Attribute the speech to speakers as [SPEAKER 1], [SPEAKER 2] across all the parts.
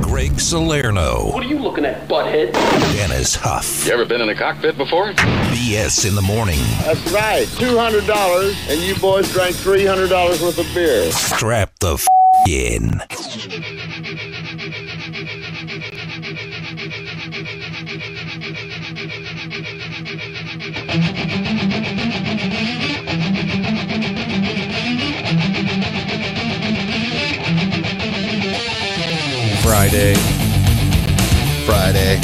[SPEAKER 1] Greg Salerno,
[SPEAKER 2] What are you looking at, butthead?
[SPEAKER 1] Dennis Huff.
[SPEAKER 3] You ever been in a cockpit before?
[SPEAKER 1] BS in the morning.
[SPEAKER 4] That's right. $200, and you boys drank $300 worth of beer.
[SPEAKER 1] Strap the f- in.
[SPEAKER 5] Friday.
[SPEAKER 6] Friday.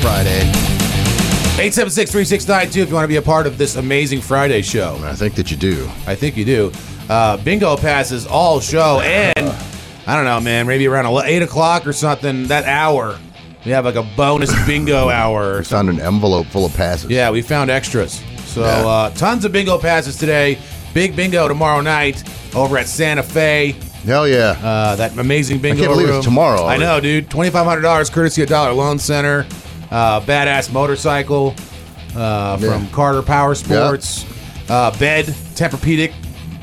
[SPEAKER 6] Friday.
[SPEAKER 5] 876 3692 if you want to be a part of this amazing Friday show.
[SPEAKER 6] I think that you do.
[SPEAKER 5] I think you do. Uh, bingo passes all show, and I don't know, man, maybe around ele- 8 o'clock or something, that hour. We have like a bonus bingo hour or
[SPEAKER 6] I found an envelope full of passes.
[SPEAKER 5] Yeah, we found extras. So
[SPEAKER 6] Yeah.
[SPEAKER 5] uh, tons of bingo passes today. Big bingo tomorrow night over at Santa Fe.
[SPEAKER 6] Hell yeah.
[SPEAKER 5] Uh, that amazing bingo
[SPEAKER 6] can't believe it's
[SPEAKER 5] room.
[SPEAKER 6] tomorrow
[SPEAKER 5] I
[SPEAKER 6] already.
[SPEAKER 5] know, dude. Twenty five hundred dollars courtesy of Dollar Loan Center. Uh, badass motorcycle uh,
[SPEAKER 6] Yeah.
[SPEAKER 5] from Carter Power Sports. Uh, bed, Tempur-Pedic,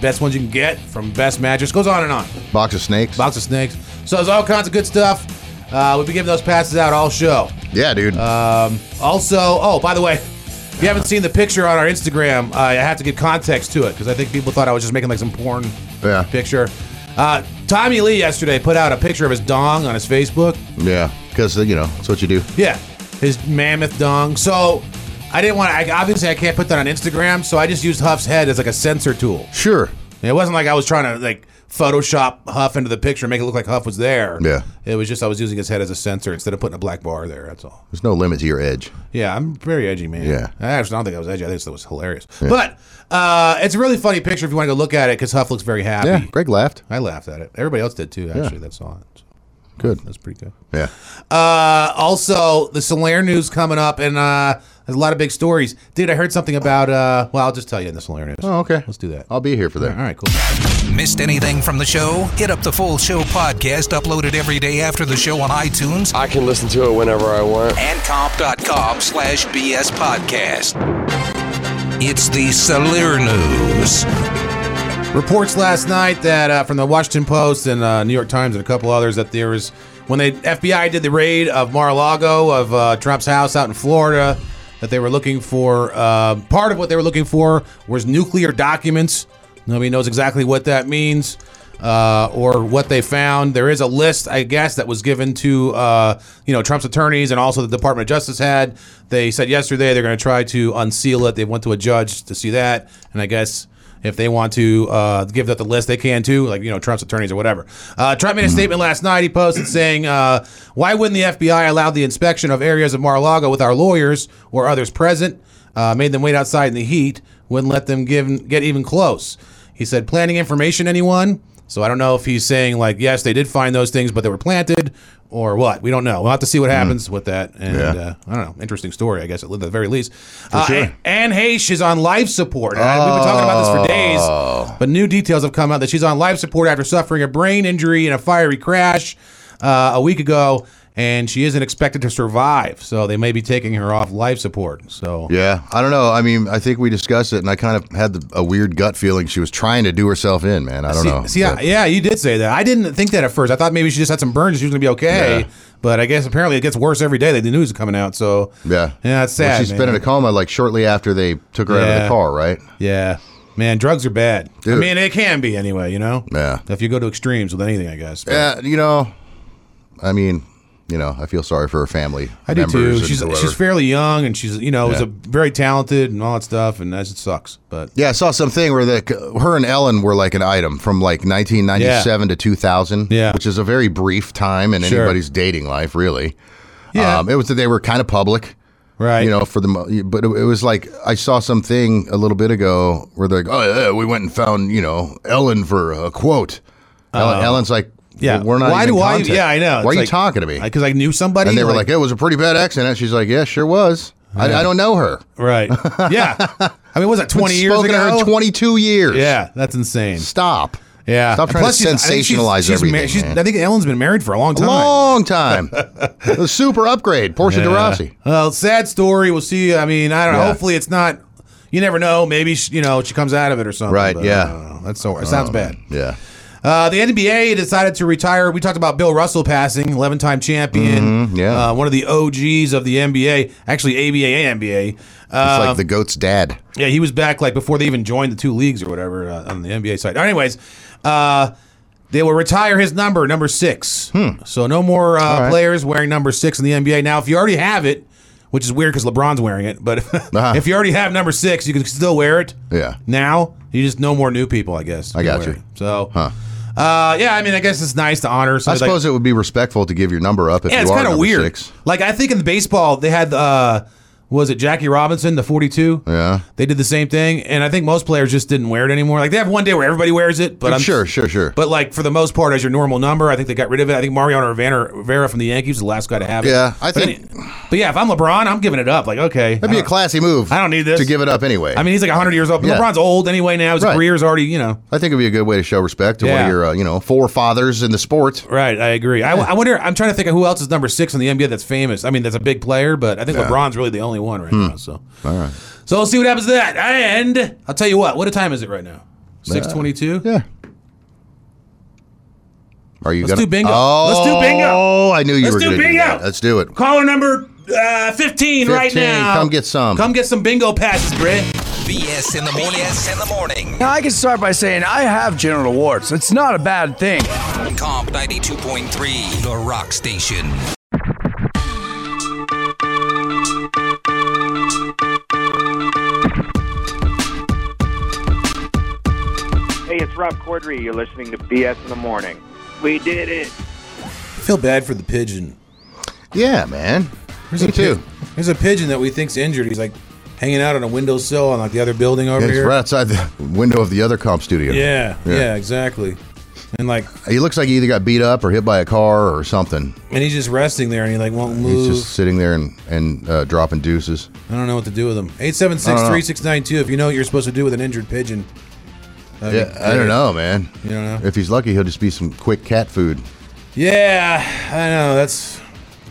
[SPEAKER 5] best ones you can get from Best Mattress. Goes on and on.
[SPEAKER 6] Box of snakes.
[SPEAKER 5] Box of snakes. So there's all kinds of good stuff. Uh, we'll be giving those passes out all show.
[SPEAKER 6] yeah, dude.
[SPEAKER 5] uh, Also, oh, by the way, if you haven't seen the picture on our Instagram, uh, I have to give context to it because I think people thought I was just making like some porn
[SPEAKER 6] Yeah.
[SPEAKER 5] picture. Uh, Tommy Lee yesterday put out a picture of his dong on his Facebook.
[SPEAKER 6] yeah. Because, you know, that's what you do.
[SPEAKER 5] Yeah, his mammoth dong. So I didn't want to, obviously, I can't put that on Instagram, so I just used Huff's head as like a sensor tool.
[SPEAKER 6] Sure.
[SPEAKER 5] And It wasn't like I was trying to like Photoshop Huff into the picture and make it look like Huff was there.
[SPEAKER 6] Yeah.
[SPEAKER 5] It was just I was using his head as a sensor instead of putting a black bar there. That's all.
[SPEAKER 6] There's no limit to your edge.
[SPEAKER 5] Yeah, I'm very edgy, man.
[SPEAKER 6] Yeah.
[SPEAKER 5] I actually don't think I was edgy. I think it was hilarious. But uh, it's a really funny picture if you want to go look at it because Huff looks very happy.
[SPEAKER 6] Yeah. Greg laughed.
[SPEAKER 5] I laughed at it. Everybody else did too, actually, that saw it. So
[SPEAKER 6] Good.
[SPEAKER 5] That's pretty good.
[SPEAKER 6] Yeah.
[SPEAKER 5] Uh, also, the Solaire news coming up, and uh, there's a lot of big stories. Dude, I heard something about, uh, well, I'll just tell you in the Solaire news.
[SPEAKER 6] Oh, okay.
[SPEAKER 5] Let's do that.
[SPEAKER 6] I'll be here for
[SPEAKER 5] All
[SPEAKER 6] that.
[SPEAKER 5] right, cool.
[SPEAKER 1] Missed anything from the show? Hit up the full show podcast uploaded every day after the show on iTunes
[SPEAKER 7] I can listen to it whenever I want.
[SPEAKER 1] and comp.com slash BS podcast. It's the Salir News.
[SPEAKER 5] Reports last night that uh, from the Washington Post and uh, New York Times and a couple others that there was when they FBI did the raid of Mar-a-Lago of uh, Trump's house out in Florida that they were looking for uh, part of what they were looking for was nuclear documents. Nobody knows exactly what that means uh, or what they found. There is a list, I guess, that was given to uh, you know Trump's attorneys and also the Department of Justice had. They said yesterday they're going to try to unseal it. They went to a judge to see that, and I guess if they want to uh, give up the list, they can too, like you know Trump's attorneys or whatever. Uh, Trump made a statement last night. He posted saying, uh, "Why wouldn't the FBI allow the inspection of areas of Mar-a-Lago with our lawyers or others present? Uh, made them wait outside in the heat. Wouldn't let them give get even close." He said, "Planting information, anyone?" So I don't know if he's saying like, "Yes, they did find those things, but they were planted." Or what? We don't know. We'll have to see what happens with that. And
[SPEAKER 6] Hmm. Yeah.
[SPEAKER 5] uh, I don't know. Interesting story, I guess, at the very least. uh,
[SPEAKER 6] sure. Oh.
[SPEAKER 5] Ann- Ann Heche is on life support. And I- We've been talking about this for days, but new details have come out that she's on life support after suffering a brain injury in a fiery crash uh, a week ago, and she isn't expected to survive. So they may be taking her off life support. So
[SPEAKER 6] Yeah. I don't know. I mean, I think we discussed it, and I kind of had the, a weird gut feeling she was trying to do herself in, man. I don't
[SPEAKER 5] see,
[SPEAKER 6] know.
[SPEAKER 5] see,
[SPEAKER 6] But-
[SPEAKER 5] I- yeah, you did say that. I didn't think that at first. I thought maybe she just had some burns. She was gonna be okay.
[SPEAKER 6] Yeah.
[SPEAKER 5] But I guess apparently it gets worse every day. The news is coming out. So
[SPEAKER 6] yeah.
[SPEAKER 5] yeah, it's sad.
[SPEAKER 6] Well, she's been in
[SPEAKER 5] man.
[SPEAKER 6] a coma like shortly after they took her out of
[SPEAKER 5] Yeah.
[SPEAKER 6] the car, right?
[SPEAKER 5] Yeah. Man, drugs are bad. I
[SPEAKER 6] Dude.
[SPEAKER 5] mean, it can be anyway, you know?
[SPEAKER 6] Yeah.
[SPEAKER 5] If you go to extremes with anything, I guess. But
[SPEAKER 6] Yeah, you know, I mean, you know, I feel sorry for her family.
[SPEAKER 5] I do
[SPEAKER 6] members
[SPEAKER 5] too.
[SPEAKER 6] and
[SPEAKER 5] She's
[SPEAKER 6] whoever.
[SPEAKER 5] she's fairly young and she's, you know, is
[SPEAKER 6] Yeah.
[SPEAKER 5] a very talented and all that stuff and that it sucks. But
[SPEAKER 6] yeah, I saw something where the, her and Ellen were like an item from like 1997 to 2000,
[SPEAKER 5] Yeah.
[SPEAKER 6] which is a very brief time in
[SPEAKER 5] Sure.
[SPEAKER 6] anybody's dating life, really.
[SPEAKER 5] Yeah.
[SPEAKER 6] Um, it was that they were kind of public.
[SPEAKER 5] right.
[SPEAKER 6] you know, for the mo- but it, it was like I saw something a little bit ago where they're like, oh yeah, we went and found you know Ellen for a quote. Ellen, Ellen's like,
[SPEAKER 5] Uh-huh. yeah.
[SPEAKER 6] "Well, we're not.
[SPEAKER 5] Why
[SPEAKER 6] even
[SPEAKER 5] do I
[SPEAKER 6] contact-
[SPEAKER 5] Yeah, I know.
[SPEAKER 6] Why are you talking to me?
[SPEAKER 5] Because I knew somebody.
[SPEAKER 6] and they were like, it was a pretty bad accident. She's like, yeah, sure was. I, I don't know her.
[SPEAKER 5] Right. Yeah. I mean, was that
[SPEAKER 6] Been
[SPEAKER 5] 20 years
[SPEAKER 6] spoken
[SPEAKER 5] ago?
[SPEAKER 6] to her in 22 years.
[SPEAKER 5] yeah, that's insane.
[SPEAKER 6] Stop.
[SPEAKER 5] Yeah.
[SPEAKER 6] Stop
[SPEAKER 5] And
[SPEAKER 6] trying
[SPEAKER 5] plus
[SPEAKER 6] to
[SPEAKER 5] she's- I think she's-
[SPEAKER 6] sensationalize
[SPEAKER 5] she's ma-
[SPEAKER 6] everything.
[SPEAKER 5] she's-
[SPEAKER 6] man.
[SPEAKER 5] I think Ellen's been married for a long time.
[SPEAKER 6] Long time. the super upgrade, Portia de
[SPEAKER 5] Yeah.
[SPEAKER 6] Rossi.
[SPEAKER 5] Well, sad story. We'll see. I mean, I don't know.
[SPEAKER 6] Yeah.
[SPEAKER 5] Hopefully, it's not. You never know. Maybe she, you know she comes out of it or something.
[SPEAKER 6] Right,
[SPEAKER 5] but,
[SPEAKER 6] yeah. Um,
[SPEAKER 5] uh, that's so. It sounds bad.
[SPEAKER 6] Yeah.
[SPEAKER 5] Uh, the NBA decided to retire. We talked about Bill Russell passing, 11 time champion.
[SPEAKER 6] Mhm, yeah.
[SPEAKER 5] Uh, one of the OGs of the NBA, actually, ABA and NBA.
[SPEAKER 6] It's
[SPEAKER 5] Uh,
[SPEAKER 6] like the goat's dad.
[SPEAKER 5] yeah, he was back like before they even joined the two leagues or whatever uh, on the NBA side. Anyways, uh, they will retire his number, number six. So no more uh,
[SPEAKER 6] Hmm. right.
[SPEAKER 5] players wearing number six in the NBA. Now, if you already have it, which is weird because LeBron's wearing it, but if you already have number six, you can still wear it.
[SPEAKER 6] Uh-huh. Yeah.
[SPEAKER 5] Now you just no more new people, I guess.
[SPEAKER 6] I got
[SPEAKER 5] wearing
[SPEAKER 6] you.
[SPEAKER 5] it. So, uh, yeah, I mean, I guess it's nice to honor.
[SPEAKER 6] I suppose it would be respectful to give your number up if
[SPEAKER 5] Yeah,
[SPEAKER 6] you
[SPEAKER 5] it's
[SPEAKER 6] are
[SPEAKER 5] kind of
[SPEAKER 6] number
[SPEAKER 5] weird.
[SPEAKER 6] six.
[SPEAKER 5] Like I think in the baseball they had uh was it Jackie Robinson the 42?
[SPEAKER 6] Yeah.
[SPEAKER 5] They did the same thing and I think most players just didn't wear it anymore. Like they have one day where everybody wears it, but I'm
[SPEAKER 6] Oh, sure, sure, sure.
[SPEAKER 5] But like for the most part as your normal number, I think they got rid of it. I think Mariano Rivera, Rivera from the Yankees was the last guy to have it.
[SPEAKER 6] Yeah, I
[SPEAKER 5] But
[SPEAKER 6] think-
[SPEAKER 5] any- But yeah, if I'm LeBron, I'm giving it up. Like okay.
[SPEAKER 6] That'd be a classy move.
[SPEAKER 5] I don't need this.
[SPEAKER 6] to give it up anyway.
[SPEAKER 5] I mean, he's like 100 years old.
[SPEAKER 6] Yeah.
[SPEAKER 5] LeBron's old anyway now. His
[SPEAKER 6] Right.
[SPEAKER 5] career's already, you know.
[SPEAKER 6] I think it'd be a good way to show respect to one
[SPEAKER 5] Yeah.
[SPEAKER 6] of your, uh, you know, forefathers in the sport.
[SPEAKER 5] Right, I agree. I, I wonder. I'm trying to think of who else is number six in the NBA that's famous. I mean, that's a big player, but I think LeBron's really the only one right
[SPEAKER 6] Hmm.
[SPEAKER 5] now. So, all right. So we'll see what happens to that. And I'll tell you what. What a time is it right now? Six twenty-two.
[SPEAKER 6] Yeah. Are you
[SPEAKER 5] Let's
[SPEAKER 6] gonna
[SPEAKER 5] do bingo.
[SPEAKER 6] Oh,
[SPEAKER 5] Let's do bingo.
[SPEAKER 6] Oh, I knew you
[SPEAKER 5] Let's
[SPEAKER 6] were
[SPEAKER 5] do
[SPEAKER 6] gonna
[SPEAKER 5] bingo.
[SPEAKER 6] that. Let's do it.
[SPEAKER 5] Caller number uh, 15, right
[SPEAKER 6] 15,
[SPEAKER 5] now.
[SPEAKER 6] come get some.
[SPEAKER 5] Come get some bingo passes, Britt.
[SPEAKER 1] BS in the morning. BS in the morning.
[SPEAKER 2] Now, I can start by saying I have genital warts. It's not a bad thing.
[SPEAKER 1] Comp 92.3, the rock station.
[SPEAKER 3] Hey, it's Rob Corddry. You're listening to BS in the Morning. We did it.
[SPEAKER 5] I feel bad for the pigeon.
[SPEAKER 6] Yeah, man.
[SPEAKER 5] There's
[SPEAKER 6] Me
[SPEAKER 5] a pi-
[SPEAKER 6] too.
[SPEAKER 5] There's a pigeon that we think's injured. He's like hanging out on a windowsill on like the other building over
[SPEAKER 6] Yeah, It's
[SPEAKER 5] here.
[SPEAKER 6] right outside the window of the other comp studio.
[SPEAKER 5] Yeah, yeah,
[SPEAKER 6] Yeah.
[SPEAKER 5] exactly. And like,
[SPEAKER 6] He looks like he either got beat up or hit by a car or something.
[SPEAKER 5] and he's just resting there, and he like won't move.
[SPEAKER 6] He's just sitting there and, and uh, dropping deuces.
[SPEAKER 5] I don't know what to do with them. 876-3692 if you know what you're supposed to do with an injured pigeon. That'd be
[SPEAKER 6] Yeah, I
[SPEAKER 5] great.
[SPEAKER 6] don't know, man.
[SPEAKER 5] You don't know?
[SPEAKER 6] If he's lucky, he'll just be some quick cat food.
[SPEAKER 5] Yeah, I know. That's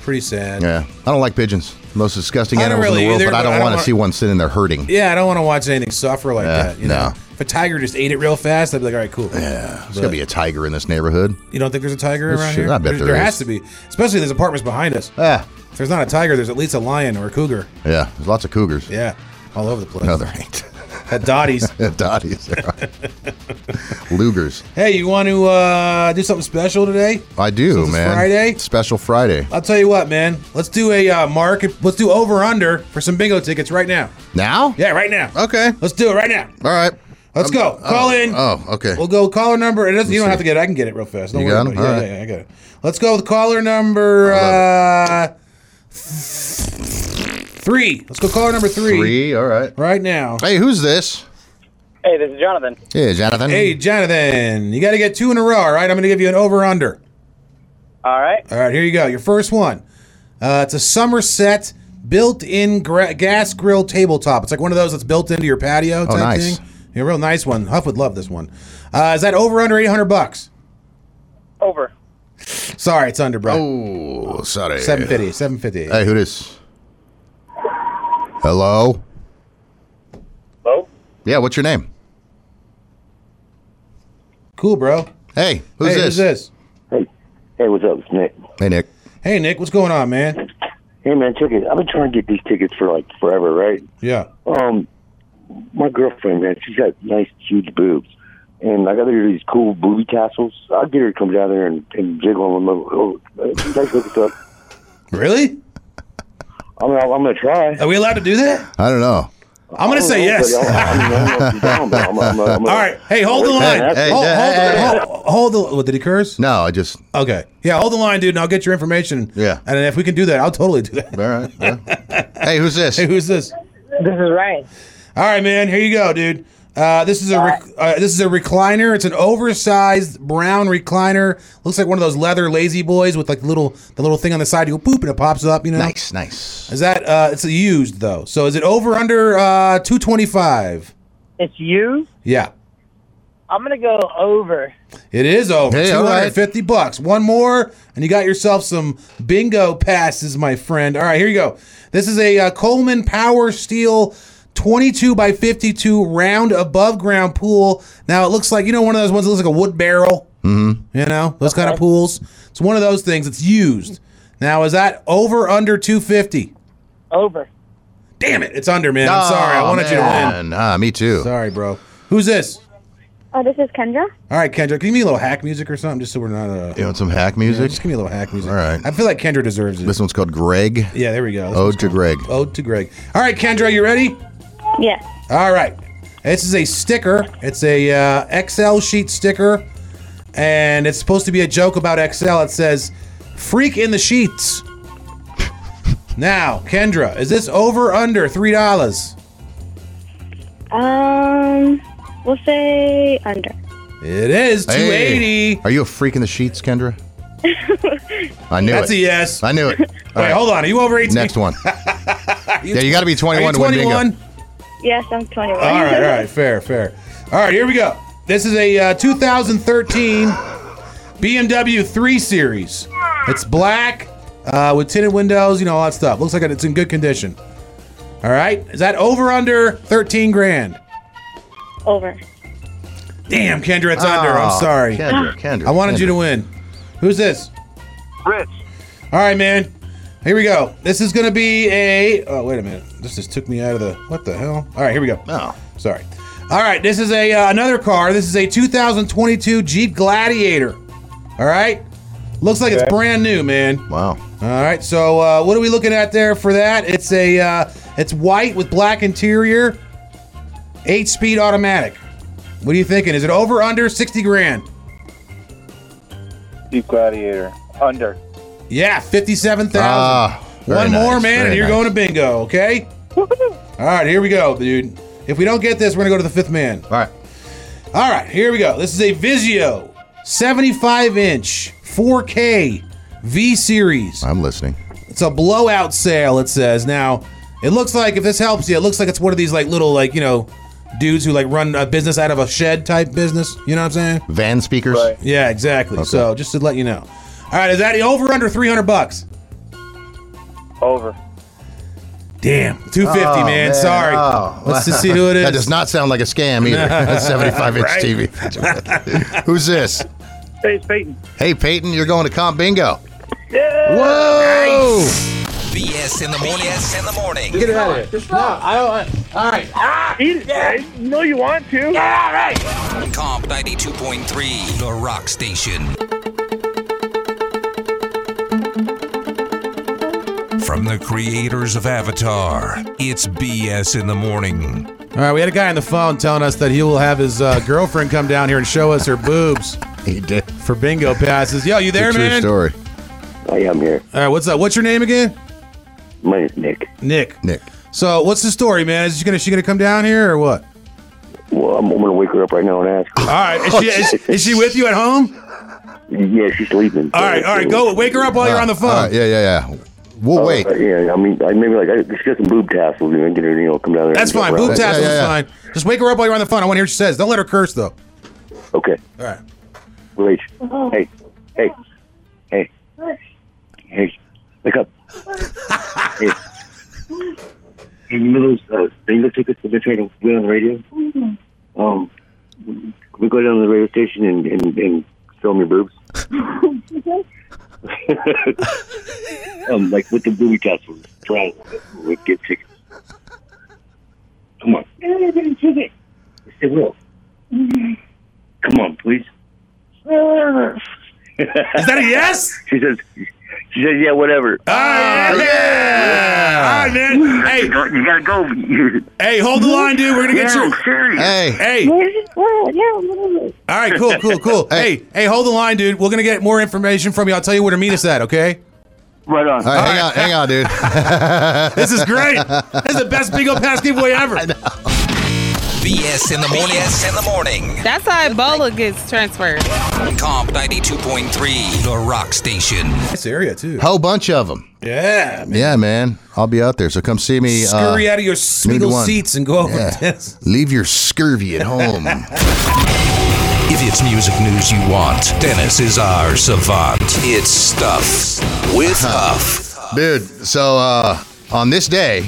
[SPEAKER 5] pretty sad.
[SPEAKER 6] Yeah, I don't like pigeons. Most disgusting
[SPEAKER 5] I don't
[SPEAKER 6] animals in
[SPEAKER 5] really
[SPEAKER 6] the world,
[SPEAKER 5] either,
[SPEAKER 6] but
[SPEAKER 5] but
[SPEAKER 6] I
[SPEAKER 5] I
[SPEAKER 6] don't
[SPEAKER 5] don't
[SPEAKER 6] want to
[SPEAKER 5] want-
[SPEAKER 6] see one sitting there hurting.
[SPEAKER 5] Yeah, I don't want to watch anything suffer like
[SPEAKER 6] Yeah,
[SPEAKER 5] that. You
[SPEAKER 6] no.
[SPEAKER 5] know, if a tiger just ate it real fast, I'd be like, all right, cool. Yeah,
[SPEAKER 6] There's got to be a tiger in this neighborhood.
[SPEAKER 5] You don't think there's a tiger
[SPEAKER 6] There's
[SPEAKER 5] around
[SPEAKER 6] sure-
[SPEAKER 5] here?
[SPEAKER 6] I bet
[SPEAKER 5] there,
[SPEAKER 6] there
[SPEAKER 5] there
[SPEAKER 6] is.
[SPEAKER 5] has to be, especially there's apartments behind us.
[SPEAKER 6] Ah,
[SPEAKER 5] If there's not a tiger, there's at least a lion or a cougar.
[SPEAKER 6] yeah. There's lots of cougars.
[SPEAKER 5] Yeah, all over the place.
[SPEAKER 6] No, there ain't.
[SPEAKER 5] At Dottie's.
[SPEAKER 6] Dotties, there are. Lugers.
[SPEAKER 5] hey, you want to uh, do something special today?
[SPEAKER 6] I do,
[SPEAKER 5] Since it's
[SPEAKER 6] man.
[SPEAKER 5] Friday?
[SPEAKER 6] Special Friday.
[SPEAKER 5] I'll tell you what, man. Let's do a uh, market. Let's do over under for some bingo tickets right now.
[SPEAKER 6] Now?
[SPEAKER 5] Yeah, right now.
[SPEAKER 6] Okay.
[SPEAKER 5] Let's do it right now.
[SPEAKER 6] All right.
[SPEAKER 5] Let's
[SPEAKER 6] Um,
[SPEAKER 5] go.
[SPEAKER 6] oh,
[SPEAKER 5] Call in.
[SPEAKER 6] Oh, okay.
[SPEAKER 5] We'll go caller number. It doesn't, you don't
[SPEAKER 6] see.
[SPEAKER 5] have to get it. I can get it real fast. Don't
[SPEAKER 6] You
[SPEAKER 5] worry
[SPEAKER 6] got 'em?
[SPEAKER 5] about it. Yeah,
[SPEAKER 6] All right.
[SPEAKER 5] yeah, yeah, I got it. Let's go with caller number uh, three. Let's go caller number three,
[SPEAKER 6] Three. All right.
[SPEAKER 5] right now.
[SPEAKER 6] Hey, who's this?
[SPEAKER 8] Hey, this is Jonathan.
[SPEAKER 6] Hey, Jonathan.
[SPEAKER 5] Hey, Jonathan, you got to get two in a row. All right, I'm going to give you an over under.
[SPEAKER 8] All right.
[SPEAKER 5] All right, here you go. Your first one. Uh, it's a Somerset built-in gra- gas grill tabletop. It's like one of those that's built into your patio type
[SPEAKER 6] Oh, nice.
[SPEAKER 5] thing. Yeah, real nice one. Huff would love this one. Uh, is that over under 800 bucks?
[SPEAKER 8] Over.
[SPEAKER 5] Sorry, it's under, bro.
[SPEAKER 6] Oh, sorry.
[SPEAKER 5] 750, 750.
[SPEAKER 6] Hey, who this? Hello.
[SPEAKER 8] Hello?
[SPEAKER 6] Yeah. What's your name?
[SPEAKER 5] Cool, bro.
[SPEAKER 6] Hey, who's
[SPEAKER 5] hey,
[SPEAKER 6] this?
[SPEAKER 5] who's this?
[SPEAKER 9] Hey, hey, what's up, it's Nick?
[SPEAKER 6] Hey, Nick.
[SPEAKER 5] Hey, Nick, what's going on, man?
[SPEAKER 9] Hey, man, check it. I've been trying to get these tickets for like forever, right?
[SPEAKER 5] Yeah.
[SPEAKER 9] Um, my girlfriend, man, she's got nice, huge boobs, and I got her these cool booby tassels. I'll get her to come down there and, and jiggle them. Oh, uh, you guys look this up.
[SPEAKER 5] Really?
[SPEAKER 9] I mean, I'm, I'm gonna try.
[SPEAKER 5] Are we allowed to do that?
[SPEAKER 6] I don't know.
[SPEAKER 5] Uh, I'm going to say
[SPEAKER 9] I
[SPEAKER 5] yes.
[SPEAKER 9] don't know, buddy. I don't- I don't know if you're down, but I'm- I'm- I'm-
[SPEAKER 5] All right. Hey, hold the line.
[SPEAKER 9] Hey,
[SPEAKER 6] hey,
[SPEAKER 5] hold, hold,
[SPEAKER 6] hey, hey,
[SPEAKER 5] hold, hold the. What, did he curse?
[SPEAKER 6] No, I just.
[SPEAKER 5] Okay. Yeah, hold the line, dude, and I'll get your information.
[SPEAKER 6] Yeah.
[SPEAKER 5] And if we can do that, I'll totally do that.
[SPEAKER 6] All right. yeah. hey, who's this?
[SPEAKER 5] Hey, who's this?
[SPEAKER 8] This is Ryan.
[SPEAKER 5] All right, man. Here you go, dude. Uh, this is a rec- uh, this is a recliner. It's an oversized brown recliner. Looks like one of those leather lazy boys with like little the little thing on the side. You go poop and it pops up. You know.
[SPEAKER 6] Nice, nice.
[SPEAKER 5] Is that uh, it's used though? So is it over under uh, two twenty five?
[SPEAKER 8] It's you.
[SPEAKER 5] Yeah,
[SPEAKER 8] I'm going to go over.
[SPEAKER 5] it is over
[SPEAKER 6] Hey, all
[SPEAKER 5] two
[SPEAKER 6] right.
[SPEAKER 5] hundred fifty bucks. One more, and you got yourself some bingo passes, my friend. All right, here you go. This is a uh, Coleman Power Steel. 22 by 52 round above ground pool. Now it looks like, you know, one of those ones that looks like a wood barrel.
[SPEAKER 6] Mm-hmm.
[SPEAKER 5] You know, those kind of pools. It's one of those things that's used. Now, is that over under 250?
[SPEAKER 8] Over.
[SPEAKER 5] Damn it, it's under, man. I'm sorry. I
[SPEAKER 6] Oh,
[SPEAKER 5] wanted you to win.
[SPEAKER 6] man. Ah, me too.
[SPEAKER 5] Sorry, bro. Who's this?
[SPEAKER 10] Oh, this is Kendra.
[SPEAKER 5] All right, Kendra, can you give me a little hack music or something just so we're not. Uh,
[SPEAKER 6] You want some hack music?
[SPEAKER 5] just give me a little hack music.
[SPEAKER 6] All right.
[SPEAKER 5] I feel like Kendra deserves it.
[SPEAKER 6] This one's called Greg.
[SPEAKER 5] Yeah, there we go. This one's
[SPEAKER 6] Ode to Greg.
[SPEAKER 5] Ode to Greg. All right, Kendra, you ready?
[SPEAKER 10] Yes.
[SPEAKER 5] All right. This is a sticker. It's a uh, Excel sheet sticker, and it's supposed to be a joke about Excel. It says, "Freak in the sheets." now, Kendra, is this over under three dollars?
[SPEAKER 10] Um, we'll say under.
[SPEAKER 5] It is two
[SPEAKER 6] Hey.
[SPEAKER 5] eighty.
[SPEAKER 6] Are you a freak in the sheets, Kendra? I knew
[SPEAKER 5] That's a
[SPEAKER 6] it.
[SPEAKER 5] yes.
[SPEAKER 6] I knew it. All
[SPEAKER 5] Wait,
[SPEAKER 6] right,
[SPEAKER 5] hold on. Are you over eighteen?
[SPEAKER 6] Next one.
[SPEAKER 5] You-
[SPEAKER 6] yeah, you got to be
[SPEAKER 5] Are
[SPEAKER 6] 21
[SPEAKER 5] you
[SPEAKER 6] to win bingo.
[SPEAKER 5] twenty-one?
[SPEAKER 10] Yes, I'm 21.
[SPEAKER 8] Uh,
[SPEAKER 5] All right, all right, fair, fair. All right, here we go. This is a uh, 2013 BMW 3 Series. It's black uh, with tinted windows, you know, all that stuff. Looks like it's in good condition. All right, is that over under 13 grand?
[SPEAKER 10] Over.
[SPEAKER 5] Damn, Kendra, it's
[SPEAKER 6] Oh,
[SPEAKER 5] under. I'm sorry.
[SPEAKER 6] Kendra, Kendra.
[SPEAKER 5] I wanted you
[SPEAKER 6] Kendra.
[SPEAKER 5] to win. Who's this?
[SPEAKER 3] Rich.
[SPEAKER 5] All right, man. Here we go. This is going to be a. Oh, wait a minute. This just took me out of the. What the hell? All right, here we go.
[SPEAKER 6] Oh.
[SPEAKER 5] Sorry. All right, this is a uh, another car. This is a 2022 Jeep Gladiator. All right, looks like it's brand new, man.
[SPEAKER 6] Wow.
[SPEAKER 5] All right, so uh, what are we looking at there for that? It's a uh, it's white with black interior, eight speed automatic. What are you thinking? Is it over under sixty grand?
[SPEAKER 8] Deep Gladiator. Under.
[SPEAKER 5] Yeah, fifty-seven thousand.
[SPEAKER 6] Ah, very
[SPEAKER 5] One more, man,
[SPEAKER 6] nice, very
[SPEAKER 5] and you're
[SPEAKER 6] nice.
[SPEAKER 5] going to bingo. Okay. All right, here we go, dude. If we don't get this, we're gonna go to the fifth man.
[SPEAKER 6] All right.
[SPEAKER 5] All right, here we go. This is a Vizio 75 inch 4K V series.
[SPEAKER 6] I'm listening.
[SPEAKER 5] It's a blowout sale, it says. Now, it looks like, if this helps you, it looks like it's one of these like little, like, you know, dudes who like run a business out of a shed type business. You know what I'm saying?
[SPEAKER 6] Van speakers.
[SPEAKER 5] Yeah, exactly. So just to let you know. All right, is that over or under 300 bucks?
[SPEAKER 8] Over.
[SPEAKER 5] Damn, 250,
[SPEAKER 6] Oh,
[SPEAKER 5] man. Sorry.
[SPEAKER 6] Oh.
[SPEAKER 5] Let's just see who it is.
[SPEAKER 6] That does not sound like a scam either. That's 75 inch TV. Who's this?
[SPEAKER 8] Hey, it's Peyton.
[SPEAKER 6] Hey, Peyton, you're going to comp bingo. Whoa!
[SPEAKER 1] BS in the morning. BS in the morning.
[SPEAKER 7] Get out of here.
[SPEAKER 8] Eat it. No, you want to.
[SPEAKER 1] Comp 92.3, The Rock Station. From the creators of Avatar, it's BS in the morning.
[SPEAKER 5] All right, we had a guy on the phone telling us that he will have his uh, girlfriend come down here and show us her boobs.
[SPEAKER 6] He did.
[SPEAKER 5] for bingo passes. Yo, you there,
[SPEAKER 6] It's a true
[SPEAKER 5] man? All
[SPEAKER 6] story.
[SPEAKER 9] I am here.
[SPEAKER 5] right, what's up? What's your name again?
[SPEAKER 9] My name's Nick.
[SPEAKER 5] Nick.
[SPEAKER 6] Nick.
[SPEAKER 5] So, what's the story, man? Is she gonna she gonna come down here or what?
[SPEAKER 9] Well, I'm, I'm gonna wake her up right now and ask.
[SPEAKER 5] All right, is
[SPEAKER 6] Oh,
[SPEAKER 5] she is, is she with you at home?
[SPEAKER 9] Her. Yeah, she's sleeping.
[SPEAKER 5] All right, all right, go wake her up while you're on the phone.
[SPEAKER 6] Uh, All right, yeah, yeah, yeah. We'll
[SPEAKER 9] Oh,
[SPEAKER 6] wait.
[SPEAKER 9] uh, yeah, I mean, I, maybe like I, she got some boob tassels. You know, get her, you know, come down there.
[SPEAKER 5] That's
[SPEAKER 9] and
[SPEAKER 5] fine.
[SPEAKER 9] jump
[SPEAKER 5] Boob
[SPEAKER 9] around.
[SPEAKER 5] tassels
[SPEAKER 6] yeah, yeah.
[SPEAKER 5] is fine. Just wake her up while you're on the phone. I want to hear what she says. Don't let her curse though.
[SPEAKER 9] Okay,
[SPEAKER 5] All right.
[SPEAKER 9] Rach. Hey, hey, hey, hey, wake up. hey. Hey, you know those uh, bingo tickets that they're trying to win on the radio? Um, we go down to the radio station and and, and film your boobs. um, like with the booby tassels, try we get tickets. Come on. Yeah, they're getting tickets. They will. Come on, please.
[SPEAKER 5] Is that a yes?
[SPEAKER 9] She says, she says, yeah,
[SPEAKER 8] Uh,
[SPEAKER 9] whatever.
[SPEAKER 6] Uh,
[SPEAKER 5] Ah, yeah. All right, man. Hey,
[SPEAKER 9] You gotta- you gotta go.
[SPEAKER 5] hey, hold the line, dude. We're gonna get
[SPEAKER 9] yeah,
[SPEAKER 5] you.
[SPEAKER 9] I'm serious.
[SPEAKER 6] Hey,
[SPEAKER 5] Hey, all right, cool, cool, cool. Hey, hey, hold the line, dude. We're gonna get more information from you. I'll tell you where to meet us at. Okay.
[SPEAKER 9] Right
[SPEAKER 6] all
[SPEAKER 9] on.
[SPEAKER 6] right, hang on, hang on, dude.
[SPEAKER 5] This is great. this is the best bingo pass giveaway ever.
[SPEAKER 1] BS in the morning. BS in the morning.
[SPEAKER 11] That's how Ebola gets transferred.
[SPEAKER 1] Comp 92.3, The Rock Station.
[SPEAKER 5] Nice area too.
[SPEAKER 6] Whole bunch of them.
[SPEAKER 5] Yeah. Man.
[SPEAKER 6] Yeah, man. I'll be out there. So come see me. uh,
[SPEAKER 5] Scurry out of your Spiegel
[SPEAKER 6] one.
[SPEAKER 5] seats and go over
[SPEAKER 6] Yeah.
[SPEAKER 5] this.
[SPEAKER 6] Leave your scurvy at home.
[SPEAKER 1] If it's music news you want, Dennis is our savant. It's Stuff with Huff.
[SPEAKER 6] Dude, so uh, on this day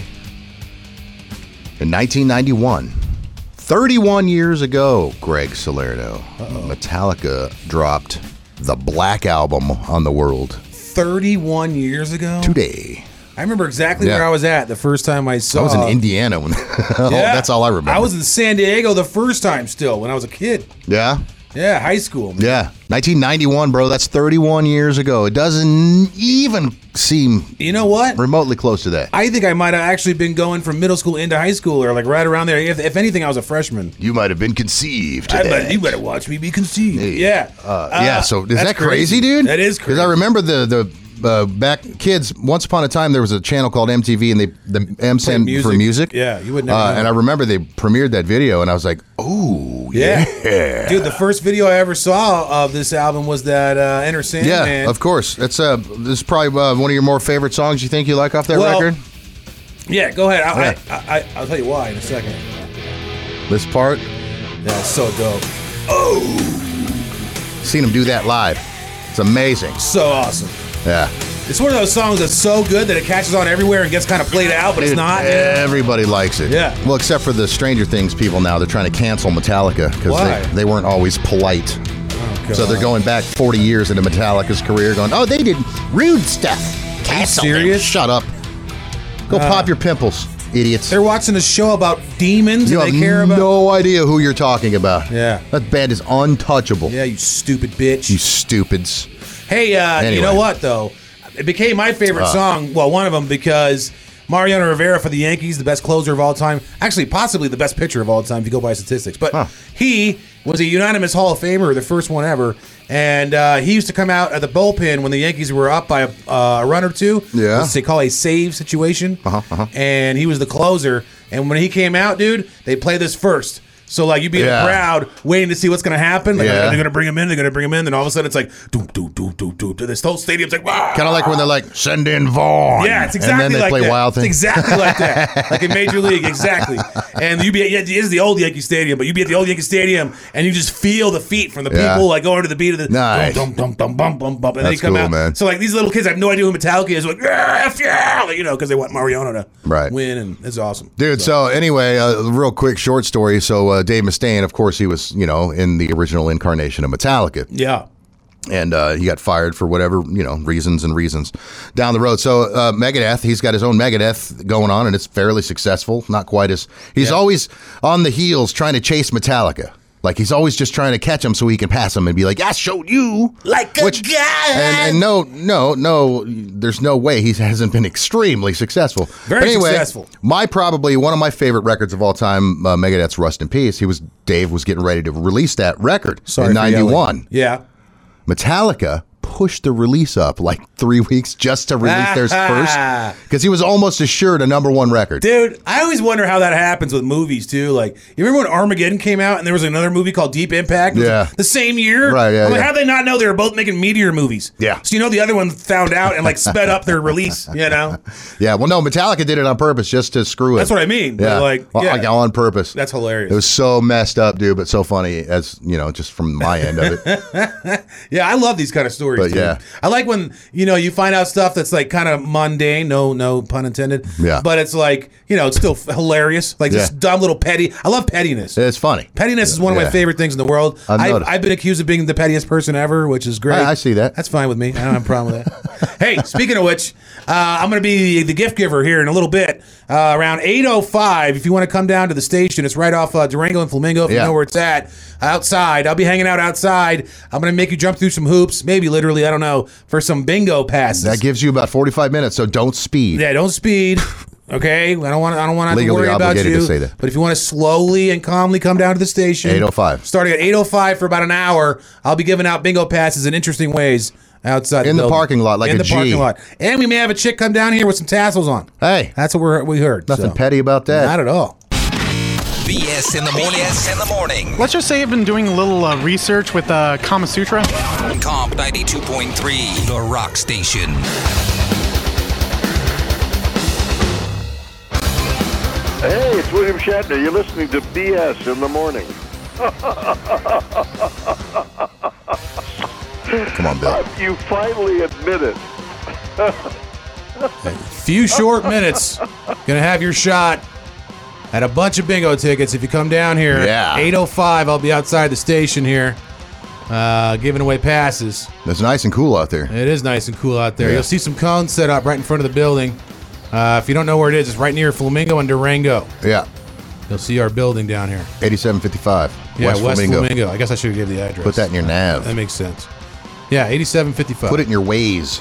[SPEAKER 6] in 1991, 31 years ago, Greg Salerno, Metallica dropped the Black Album on the world
[SPEAKER 5] 31 years ago?
[SPEAKER 6] today.
[SPEAKER 5] I remember exactly
[SPEAKER 6] Yeah.
[SPEAKER 5] where I was at the first time I saw
[SPEAKER 6] I was in Indiana when Oh, that's all I remember.
[SPEAKER 5] I was in San Diego the first time still when I was a kid.
[SPEAKER 6] yeah.
[SPEAKER 5] Yeah, high school.
[SPEAKER 6] Yeah. 1991, bro. That's 31 years ago. It doesn't even seem
[SPEAKER 5] You know what?
[SPEAKER 6] remotely close to that.
[SPEAKER 5] I think I might have actually been going from middle school into high school or like right around there. If, if anything, I was a freshman.
[SPEAKER 6] You might have been conceived.
[SPEAKER 5] I better,
[SPEAKER 6] today.
[SPEAKER 5] you better watch me be conceived. Yeah.
[SPEAKER 6] Uh, yeah. So is
[SPEAKER 5] that's
[SPEAKER 6] that crazy, dude?
[SPEAKER 5] That is
[SPEAKER 6] Because I remember the the uh, back kids. Once upon a time, there was a channel called MTV, and they the MSN
[SPEAKER 5] music.
[SPEAKER 6] for music.
[SPEAKER 5] Yeah, you would never
[SPEAKER 6] Uh,
[SPEAKER 5] know.
[SPEAKER 6] and I remember they premiered that video, and I was like, "Oh,
[SPEAKER 5] Yeah.
[SPEAKER 6] yeah,
[SPEAKER 5] Dude, the first video I ever saw of this album was that uh, Enter
[SPEAKER 6] yeah,
[SPEAKER 5] Sandman.
[SPEAKER 6] of course." That's uh, this is probably uh, one of your more favorite songs. You think you like off that
[SPEAKER 5] Well-
[SPEAKER 6] record?
[SPEAKER 5] yeah, go ahead. I,
[SPEAKER 6] Yeah.
[SPEAKER 5] I, I, I'll tell you why in a second.
[SPEAKER 6] This part,
[SPEAKER 5] Yeah, it's so dope.
[SPEAKER 6] seen them do that live. It's amazing.
[SPEAKER 5] So awesome.
[SPEAKER 6] Yeah,
[SPEAKER 5] It's one of those songs that's so good that it catches on everywhere and gets kind of played out, but it's
[SPEAKER 6] Dude,
[SPEAKER 5] not.
[SPEAKER 6] Everybody likes it.
[SPEAKER 5] Yeah.
[SPEAKER 6] Well, except for the Stranger Things people now. They're trying to cancel Metallica because
[SPEAKER 5] Why? Oh,
[SPEAKER 6] they, they weren't always polite. so they're going back 40 years into Metallica's career going, oh, they did rude stuff. Cancel them."
[SPEAKER 5] serious? Uh,
[SPEAKER 6] Shut up. Go pop your pimples, idiots.
[SPEAKER 5] They're watching a show about demons
[SPEAKER 6] You
[SPEAKER 5] and
[SPEAKER 6] have
[SPEAKER 5] they care about.
[SPEAKER 6] no idea who you're talking about.
[SPEAKER 5] Yeah.
[SPEAKER 6] That band is untouchable.
[SPEAKER 5] Yeah, you stupid bitch.
[SPEAKER 6] You stupids.
[SPEAKER 5] Hey, uh, you
[SPEAKER 6] Anyway.
[SPEAKER 5] know what though? It became my favorite
[SPEAKER 6] Uh.
[SPEAKER 5] song. Well, one of them because Mariano Rivera for the Yankees, the best closer of all time, actually possibly the best pitcher of all time if you go by statistics. But
[SPEAKER 6] Huh.
[SPEAKER 5] he was a unanimous Hall of Famer, the first one ever, and uh, he used to come out at the bullpen when the Yankees were up by a, uh, a run or two.
[SPEAKER 6] Yeah.
[SPEAKER 5] what they call a save situation.
[SPEAKER 6] Uh-huh, uh-huh.
[SPEAKER 5] And he was the closer. And when he came out, dude, they play this first. So like you'd be in
[SPEAKER 6] Yeah.
[SPEAKER 5] the crowd waiting to see what's gonna happen. Like,
[SPEAKER 6] Yeah.
[SPEAKER 5] They're gonna bring him in. They're gonna bring him in. Then all of a sudden it's like do do do do do. do. This whole stadium's like wow.
[SPEAKER 6] Kind of like when they're like, send in Vaughn.
[SPEAKER 5] Yeah, it's exactly
[SPEAKER 6] And then they
[SPEAKER 5] like
[SPEAKER 6] play
[SPEAKER 5] that.
[SPEAKER 6] Wild Thing.
[SPEAKER 5] It's exactly like that, like in Major League, exactly. And you be at, yeah, it is the old Yankee Stadium, but you be at the old Yankee Stadium, and you just feel the feet from the people
[SPEAKER 6] Yeah.
[SPEAKER 5] like going to the beat of the
[SPEAKER 6] Nice.
[SPEAKER 5] dum dum dum dum dum dum, and then you
[SPEAKER 6] That's
[SPEAKER 5] come
[SPEAKER 6] cool,
[SPEAKER 5] out.
[SPEAKER 6] man.
[SPEAKER 5] So like these little kids have no idea who Metallica is, like yeah, F yeah, like, you know, because they want Mariano to
[SPEAKER 6] Right.
[SPEAKER 5] win, and it's awesome.
[SPEAKER 6] Dude, so, anyway, a real quick short story. So uh, Dave Mustaine, of course, he was, you know, in the original incarnation of Metallica,
[SPEAKER 5] Yeah,
[SPEAKER 6] and uh, he got fired for whatever, you know, reasons and reasons down the road. So uh, Megadeth, he's got his own Megadeth going on, and it's fairly successful. Not quite as he's always on the heels trying to chase Metallica. Like he's always just trying to catch him so he can pass him and be like, "I showed you."
[SPEAKER 5] like
[SPEAKER 6] Which and, and no, no, no. There's no way he hasn't been extremely successful.
[SPEAKER 5] Very
[SPEAKER 6] but anyway,
[SPEAKER 5] successful.
[SPEAKER 6] My probably one of my favorite records of all time, uh, Megadeth's "Rust in Peace." He was Dave was getting ready to release that record
[SPEAKER 5] Sorry
[SPEAKER 6] in
[SPEAKER 5] for yelling.
[SPEAKER 6] '91.
[SPEAKER 5] Yeah.
[SPEAKER 6] Metallica pushed the release up like three weeks just to release theirs first because he was almost assured a number one record.
[SPEAKER 5] Dude, I always wonder how that happens with movies too. Like, you remember when Armageddon came out and there was another movie called Deep Impact? It was
[SPEAKER 6] Yeah.
[SPEAKER 5] The same year?
[SPEAKER 6] Right, yeah,
[SPEAKER 5] I'm like,
[SPEAKER 6] yeah.
[SPEAKER 5] how they not know they were both making meteor movies?
[SPEAKER 6] Yeah.
[SPEAKER 5] So, you know, the other one found out and like sped up their release, you know?
[SPEAKER 6] Yeah, well, no, Metallica did it on purpose just to screw it.
[SPEAKER 5] That's what I mean. But,
[SPEAKER 6] Yeah,
[SPEAKER 5] like,
[SPEAKER 6] Well,
[SPEAKER 5] yeah.
[SPEAKER 6] like, on purpose.
[SPEAKER 5] That's hilarious.
[SPEAKER 6] it was so messed up, dude, but so funny as you know, just from my end of it.
[SPEAKER 5] Yeah, I love these kind of stories.
[SPEAKER 6] But,
[SPEAKER 5] dude.
[SPEAKER 6] yeah.
[SPEAKER 5] I like when you know you find out stuff that's like kind of mundane. No, no pun intended.
[SPEAKER 6] Yeah.
[SPEAKER 5] but it's like you know it's still f- hilarious. Like this
[SPEAKER 6] Yeah.
[SPEAKER 5] dumb little petty. I love pettiness.
[SPEAKER 6] It's funny.
[SPEAKER 5] Pettiness is one of my
[SPEAKER 6] Yeah.
[SPEAKER 5] favorite things in the world.
[SPEAKER 6] I've
[SPEAKER 5] I've,
[SPEAKER 6] noticed.
[SPEAKER 5] I've been accused of being the pettiest person ever, which is great.
[SPEAKER 6] I- I see that.
[SPEAKER 5] That's fine with me. I don't have a problem with that. hey, speaking of which, uh, I'm going to be the gift giver here in a little bit, uh, around 8:05. If you want to come down to the station, it's right off uh, Durango and Flamingo. If you
[SPEAKER 6] Yeah.
[SPEAKER 5] know where it's at, outside. I'll be hanging out outside. I'm going to make you jump through some hoops, maybe literally, I don't know, for some bingo passes.
[SPEAKER 6] That gives you about forty-five minutes, so don't speed.
[SPEAKER 5] Yeah, don't speed. Okay, I don't want. I don't want to
[SPEAKER 6] Legally
[SPEAKER 5] worry about
[SPEAKER 6] obligated
[SPEAKER 5] you.
[SPEAKER 6] to say that.
[SPEAKER 5] But if you want to slowly and calmly come down to the station,
[SPEAKER 6] 8:05.
[SPEAKER 5] starting at eight oh five for about an hour, I'll be giving out bingo passes in interesting ways outside
[SPEAKER 6] In the
[SPEAKER 5] building.
[SPEAKER 6] parking lot, like
[SPEAKER 5] in
[SPEAKER 6] a
[SPEAKER 5] the
[SPEAKER 6] G.
[SPEAKER 5] parking lot, and we may have a chick come down here with some tassels on.
[SPEAKER 6] Hey,
[SPEAKER 5] That's what we're, we heard.
[SPEAKER 6] nothing
[SPEAKER 5] so.
[SPEAKER 6] petty about that.
[SPEAKER 5] Not at all.
[SPEAKER 1] BS in the morning. BS in the morning.
[SPEAKER 12] Let's just say I've been doing a little uh, research with uh, Kama Sutra.
[SPEAKER 1] Comp 92.3, the rock station.
[SPEAKER 4] Hey, it's William Shatner. You're listening to BS in the morning.
[SPEAKER 6] Come on, Bill.
[SPEAKER 4] You finally admit it.
[SPEAKER 5] Few short minutes, gonna have your shot and a bunch of bingo tickets if you come down here.
[SPEAKER 6] Yeah.
[SPEAKER 5] 805, I'll be outside the station here uh, giving away passes.
[SPEAKER 6] It's nice and cool out there.
[SPEAKER 5] It is nice and cool out there.
[SPEAKER 6] Yeah.
[SPEAKER 5] You'll see some cones set up right in front of the building. Uh, if you don't know where it is, it's right near Flamingo and Durango.
[SPEAKER 6] Yeah.
[SPEAKER 5] You'll see our building down here.
[SPEAKER 6] 8755.
[SPEAKER 5] Yeah, West, Flamingo. I guess I should have given the address.
[SPEAKER 6] Put that in your nav.
[SPEAKER 5] That makes sense. Yeah, 8755.
[SPEAKER 6] Put it in your ways.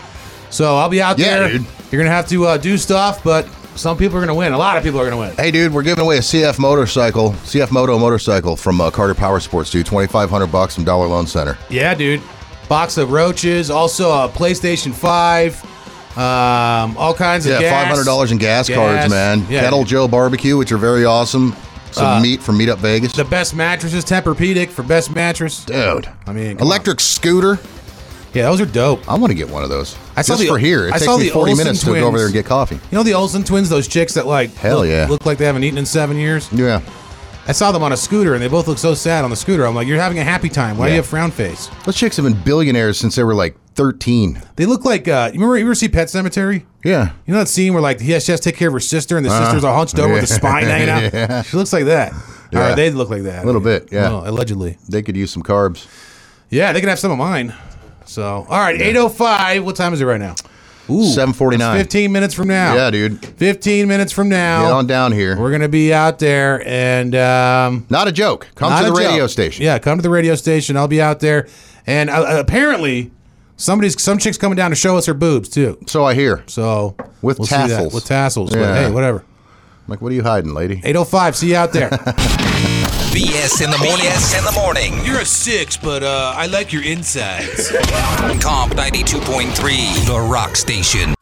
[SPEAKER 5] So I'll be out
[SPEAKER 6] Yeah,
[SPEAKER 5] there.
[SPEAKER 6] dude.
[SPEAKER 5] You're going to have to uh, do stuff, but some people are going to win. A lot of people are going to win.
[SPEAKER 6] Hey, dude, we're giving away a CF motorcycle, CF Moto motorcycle from uh, Carter Power Sports, dude. 2500 bucks from Dollar Loan Center.
[SPEAKER 5] Yeah, dude. Box of roaches, also a PlayStation 5, um, all kinds
[SPEAKER 6] Yeah,
[SPEAKER 5] of gas.
[SPEAKER 6] $500 in gas, cards, man.
[SPEAKER 5] Yeah,
[SPEAKER 6] Kettle Joe Barbecue, which are very awesome. Some
[SPEAKER 5] Uh,
[SPEAKER 6] meat from Meet Up Vegas.
[SPEAKER 5] The best mattresses, Tempur-Pedic for best mattress.
[SPEAKER 6] Dude.
[SPEAKER 5] I mean, come
[SPEAKER 6] Electric scooter.
[SPEAKER 5] Yeah, those are dope.
[SPEAKER 6] I want to get one of those.
[SPEAKER 5] I saw
[SPEAKER 6] Just
[SPEAKER 5] the-
[SPEAKER 6] for here. It
[SPEAKER 5] I
[SPEAKER 6] takes
[SPEAKER 5] saw
[SPEAKER 6] me
[SPEAKER 5] the
[SPEAKER 6] 40
[SPEAKER 5] Olsen
[SPEAKER 6] minutes to go over
[SPEAKER 5] twins.
[SPEAKER 6] there and get coffee.
[SPEAKER 5] You know the Olsen twins, those chicks that like
[SPEAKER 6] Hell
[SPEAKER 5] look,
[SPEAKER 6] yeah.
[SPEAKER 5] look like they haven't eaten in seven years.
[SPEAKER 6] Yeah,
[SPEAKER 5] I saw them on a scooter and they both look so sad on the scooter. I'm like, you're having a happy time. Why do
[SPEAKER 6] Yeah.
[SPEAKER 5] you have frown face?
[SPEAKER 6] Those chicks have been billionaires since they were like 13.
[SPEAKER 5] They look like uh, you remember you ever see Pet Cemetery?
[SPEAKER 6] Yeah.
[SPEAKER 5] You know that scene where like he has, she has to take care of her sister and the
[SPEAKER 6] Uh-huh.
[SPEAKER 5] sister's all hunched over with the spine hanging out.
[SPEAKER 6] Yeah.
[SPEAKER 5] She looks like that.
[SPEAKER 6] Yeah.
[SPEAKER 5] Or they look like that.
[SPEAKER 6] A little bit, yeah.
[SPEAKER 5] Well, allegedly.
[SPEAKER 6] They could use some carbs.
[SPEAKER 5] Yeah, they could have some of mine. So all right, eight oh five. What time is it right now? Ooh,
[SPEAKER 6] 749.
[SPEAKER 5] Fifteen minutes from now.
[SPEAKER 6] Yeah, dude.
[SPEAKER 5] 15 minutes from now.
[SPEAKER 6] Get on down here.
[SPEAKER 5] We're going to be out there and. Um,
[SPEAKER 6] not a joke. Come
[SPEAKER 5] not
[SPEAKER 6] to the
[SPEAKER 5] a
[SPEAKER 6] radio
[SPEAKER 5] joke.
[SPEAKER 6] station.
[SPEAKER 5] Yeah, come to the radio station. I'll be out there. And uh, apparently, somebody's some chick's coming down to show us her boobs, too.
[SPEAKER 6] So I hear.
[SPEAKER 5] So.
[SPEAKER 6] With
[SPEAKER 5] we'll see that.
[SPEAKER 6] tassels.
[SPEAKER 5] With tassels. But
[SPEAKER 6] Yeah.
[SPEAKER 5] hey, whatever.
[SPEAKER 6] Like, what are you hiding, lady?
[SPEAKER 5] 805. See you out there.
[SPEAKER 1] BS in the morning. BS in the morning.
[SPEAKER 5] You're a six, but uh, I like your insides.
[SPEAKER 1] Comp 92.3, The Rock Station.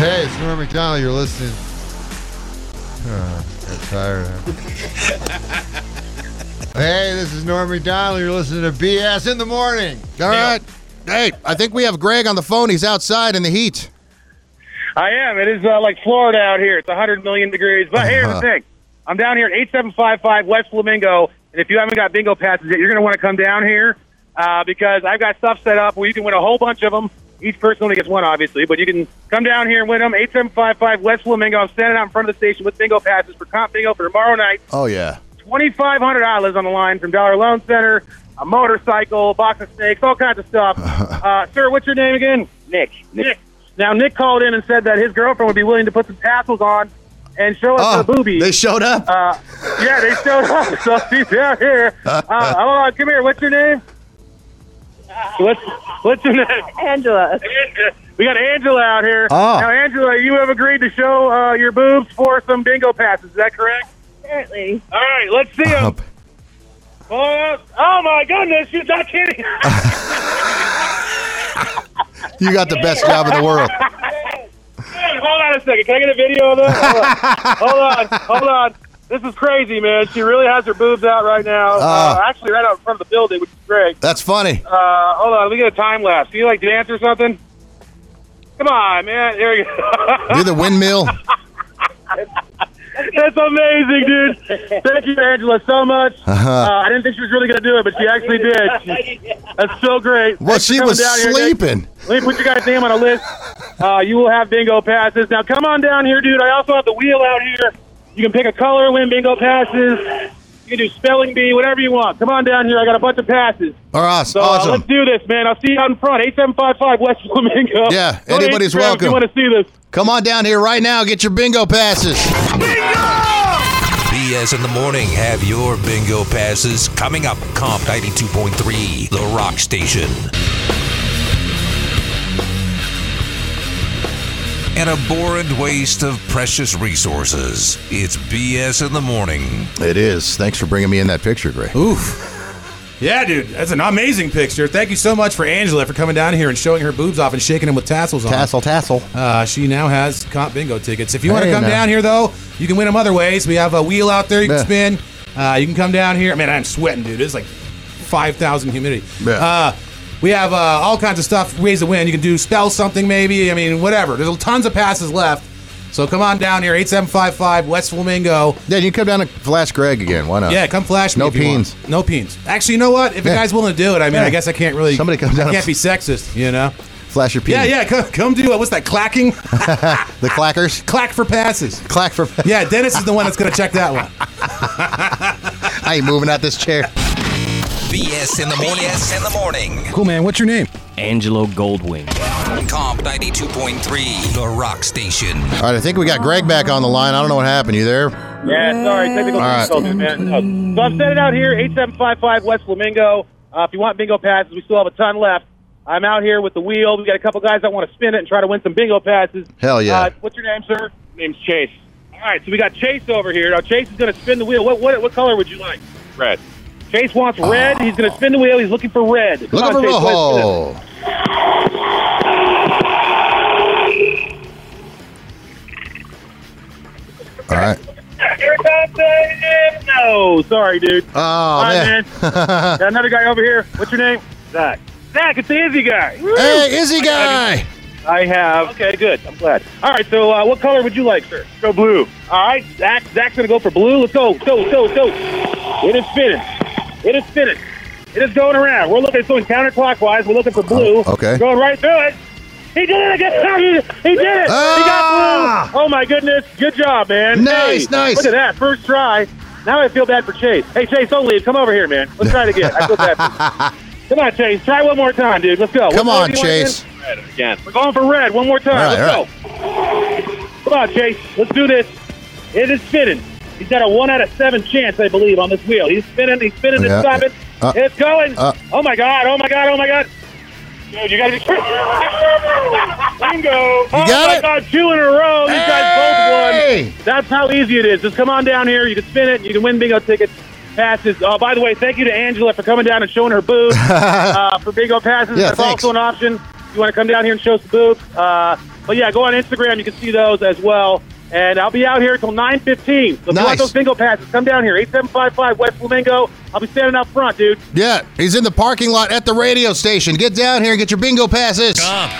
[SPEAKER 13] Hey, it's Norm McDonald. You're listening. Oh, I'm tired. hey, this is Norm McDonald. You're listening to BS in the morning.
[SPEAKER 6] All right. Hey, I think we have Greg on the phone. He's outside in the heat.
[SPEAKER 8] I am. It is uh, like Florida out here. It's 100 million degrees. But here's the
[SPEAKER 6] Uh-huh.
[SPEAKER 8] thing. I'm down here at 8755 West Flamingo. And if you haven't got bingo passes yet, you're going to want to come down here uh, because I've got stuff set up where you can win a whole bunch of them. Each person only gets one, obviously, but you can come down here and win them. 8755 West Flamingo. I'm standing out in front of the station with bingo passes for comp bingo for tomorrow night.
[SPEAKER 6] Oh, yeah.
[SPEAKER 8] $2,500 on the line from Dollar Loan Center, a motorcycle, a box of snakes, all kinds of stuff. uh, sir, what's your name again? Nick. Nick. Now, Nick called in and said that his girlfriend would be willing to put some tassels on and show us her boobies.
[SPEAKER 6] They showed up.
[SPEAKER 8] Uh, yeah, they showed up. So she's out here. Uh, hold on, come here. What's your name? What's, what's your name? Angela. We got Angela out here.
[SPEAKER 14] Ah.
[SPEAKER 8] Now, Angela, you have agreed to show uh, your boobs for some bingo passes. Is that correct?
[SPEAKER 14] Apparently.
[SPEAKER 8] All right, let's see
[SPEAKER 6] Uh-huh.
[SPEAKER 8] him. Oh, oh my goodness, you're not kidding.
[SPEAKER 6] You got the best job in the world.
[SPEAKER 8] hold on a second. Can I get a video of that? Hold on, hold on. Hold on. This is crazy, man. She really has her boobs out right now. Uh,
[SPEAKER 6] Ah.
[SPEAKER 8] actually, right out in front of the building, which is great.
[SPEAKER 6] That's funny.
[SPEAKER 8] Uh, hold on, let me get a time lapse. Do you like dance or something? Come on, man. There you go.
[SPEAKER 6] Do the windmill.
[SPEAKER 8] That's amazing, dude. Thank you, Angela, so much.
[SPEAKER 6] Uh-huh.
[SPEAKER 8] Uh, I didn't think she was really going to do it, but she actually did. She- That's so great.
[SPEAKER 6] Well,
[SPEAKER 8] Thanks for
[SPEAKER 6] she
[SPEAKER 8] coming
[SPEAKER 6] was
[SPEAKER 8] down here, Nick.
[SPEAKER 6] sleeping.
[SPEAKER 8] Let me put your guys' name on a list. Uh, you will have bingo passes. Now, come on down here, dude. I also have the wheel out here. You can pick a color, win bingo passes. You can do spelling bee, whatever you want. Come on down here. I got a bunch of passes.
[SPEAKER 6] All right,
[SPEAKER 8] So, uh,
[SPEAKER 6] awesome.
[SPEAKER 8] let's do this, man. I'll see you out in front. 8755 West Flamingo.
[SPEAKER 6] Yeah,
[SPEAKER 8] Go to
[SPEAKER 6] anybody's
[SPEAKER 8] Instagram If
[SPEAKER 6] welcome.
[SPEAKER 8] you want to see this.
[SPEAKER 6] Come on down here right now. Get your bingo passes.
[SPEAKER 1] BS in the morning. Have your bingo passes coming up. Comp 92.3, The Rock Station. An abhorrent waste of precious resources. It's BS in the morning.
[SPEAKER 6] It is. Thanks for bringing me in that picture, Greg.
[SPEAKER 5] Oof. Yeah, dude, that's an amazing picture. Thank you so much for Angela for coming down here and showing her boobs off and shaking them with tassels on.
[SPEAKER 6] Tassel, tassel.
[SPEAKER 5] Uh, she now has comp bingo tickets. If you want to
[SPEAKER 6] Hey,
[SPEAKER 5] come
[SPEAKER 6] now.
[SPEAKER 5] down here, though, you can win them other ways. We have a wheel out there you can spin. Uh, you can come down here. Man, I'm sweating, dude. It's like 5,000 humidity.
[SPEAKER 6] Yeah.
[SPEAKER 5] Uh, we have uh, all kinds of stuff, ways to win. You can do spell something, maybe. I mean, whatever. There's tons of passes left. So come on down here, 8755 West Flamingo.
[SPEAKER 6] Yeah, you can come down and flash Greg again. Why not?
[SPEAKER 5] Yeah, come flash me.
[SPEAKER 6] Uh, No
[SPEAKER 5] if you want.
[SPEAKER 6] peens.
[SPEAKER 5] No peens. Actually, you know what? If a
[SPEAKER 6] Yeah.
[SPEAKER 5] guy's willing to do it, I mean,
[SPEAKER 6] Yeah.
[SPEAKER 5] I guess I can't really.
[SPEAKER 6] Somebody comes
[SPEAKER 5] I
[SPEAKER 6] down
[SPEAKER 5] can't
[SPEAKER 6] and-
[SPEAKER 5] be sexist, you know.
[SPEAKER 6] Flash your P.
[SPEAKER 5] Yeah, yeah. Come, come do uh, what's that clacking?
[SPEAKER 6] the clackers.
[SPEAKER 5] Clack for passes.
[SPEAKER 6] Clack for.
[SPEAKER 5] yeah, Dennis is the one that's gonna check that one.
[SPEAKER 6] I ain't moving out this chair.
[SPEAKER 1] BS in the morning. BS in the morning.
[SPEAKER 14] Cool, man. What's your name?
[SPEAKER 15] Angelo Goldwing.
[SPEAKER 1] Comp 92.3, the rock station.
[SPEAKER 6] All right, I think we got Greg back on the line. I don't know what happened. You there?
[SPEAKER 8] Yeah, sorry, technical
[SPEAKER 6] All right.
[SPEAKER 8] difficulties, man. uh, So I've set it out here, 8755 West Flamingo. Uh, if you want bingo passes, we still have a ton left. I'm out here with the wheel. we got a couple guys that want to spin it and try to win some bingo passes.
[SPEAKER 6] Hell yeah.
[SPEAKER 8] Uh, what's your name, sir? Name's Chase. All right, so we got Chase over here. Now, Chase is going to spin the wheel. What, what, what color would you like? Red. Chase wants red. He's going to spin the wheel. He's looking for red. Come
[SPEAKER 6] Look
[SPEAKER 8] on,
[SPEAKER 6] over
[SPEAKER 8] Chase, let's do this.
[SPEAKER 6] Rojo. All right.
[SPEAKER 8] No, sorry, dude.
[SPEAKER 6] Oh,
[SPEAKER 8] All right,
[SPEAKER 6] man.
[SPEAKER 8] man. Got another guy over here. What's your name? Zach. Zach, it's the Izzy guy.
[SPEAKER 6] Hey, Izzy guy.
[SPEAKER 8] I have. Okay, good. I'm glad. All right, so uh, what color would you like, sir? Go blue. All right, Zach. Zach's gonna go for blue. Let's go. Let's go. Let's go. Let's go. It is spinning. It is spinning. It is going around. We're looking. It's going counterclockwise. We're looking for blue.
[SPEAKER 6] Oh, okay.
[SPEAKER 8] Going right through it. He did it again. He did it. He got blue. Oh my goodness. Good job, man.
[SPEAKER 6] Ah! Nice,
[SPEAKER 8] Hey,
[SPEAKER 6] nice.
[SPEAKER 8] Look at that. First try. Now I feel bad for Chase. Hey, Chase, don't leave. Come over here, man. Let's try it again. I feel bad. For you. Come on, Chase. Try one more time, dude. Let's go.
[SPEAKER 6] Come
[SPEAKER 8] What color
[SPEAKER 6] on,
[SPEAKER 8] do you want again?
[SPEAKER 6] Chase.
[SPEAKER 8] Again. We're going for red one more time.
[SPEAKER 6] All right,
[SPEAKER 8] Let's
[SPEAKER 6] all
[SPEAKER 8] go. Come on, Chase. Let's do this. It is spinning. He's got a one out of seven chance, I believe, on this wheel. He's spinning. He's spinning. It's
[SPEAKER 6] Yeah.
[SPEAKER 8] stopping.
[SPEAKER 6] Uh,
[SPEAKER 8] it's going.
[SPEAKER 6] uh.
[SPEAKER 8] oh my god. Oh my god. Oh my god. Dude, you gotta be. Bingo. oh
[SPEAKER 6] got
[SPEAKER 8] my
[SPEAKER 6] it?
[SPEAKER 8] god, two in a row. These guys
[SPEAKER 6] Hey!
[SPEAKER 8] both won. That's how easy it is. Just come on down here. You can spin it. and You can win bingo tickets. Passes. Oh, by the way, thank you to Angela for coming down and showing her boob uh, for bingo passes.
[SPEAKER 6] Yeah,
[SPEAKER 8] That's
[SPEAKER 6] thanks.
[SPEAKER 8] also an option. If you want to come down here and show us the boobs. Uh, but yeah, go on Instagram. You can see those as well. And I'll be out here until 9.15. So if you
[SPEAKER 6] Nice.
[SPEAKER 8] want those bingo passes, come down here. 8755 West Flamingo. I'll be standing out front, dude.
[SPEAKER 6] Yeah, he's in the parking lot at the radio station. Get down here and get your bingo passes.
[SPEAKER 1] Comp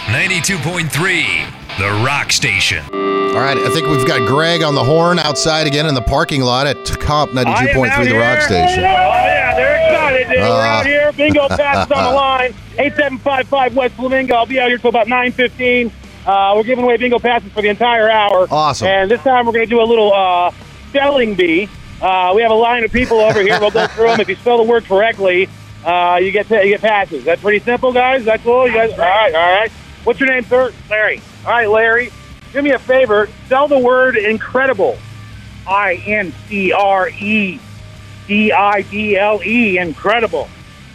[SPEAKER 1] 92.3, the rock station.
[SPEAKER 6] All right, I think we've got Greg on the horn outside again in the parking lot at Comp 92.3 The Rock Station.
[SPEAKER 8] Oh, yeah, they're excited, dude. We're
[SPEAKER 6] Ah.
[SPEAKER 8] out here. Bingo passes on the line. 8755 West Flamingo. I'll be out here till about 9.15. Uh, we're giving away bingo passes for the entire hour.
[SPEAKER 6] Awesome.
[SPEAKER 8] And this time we're going to do a little uh, spelling bee. Uh, we have a line of people over here. We'll go through them. If you spell the word correctly, uh, you get you get passes. That's pretty simple, guys. That's cool. You guys, all right, all right. What's your name, sir? Larry. All right, Larry. Do me a favor. Spell the word incredible. I N C R E D I D L E. Incredible.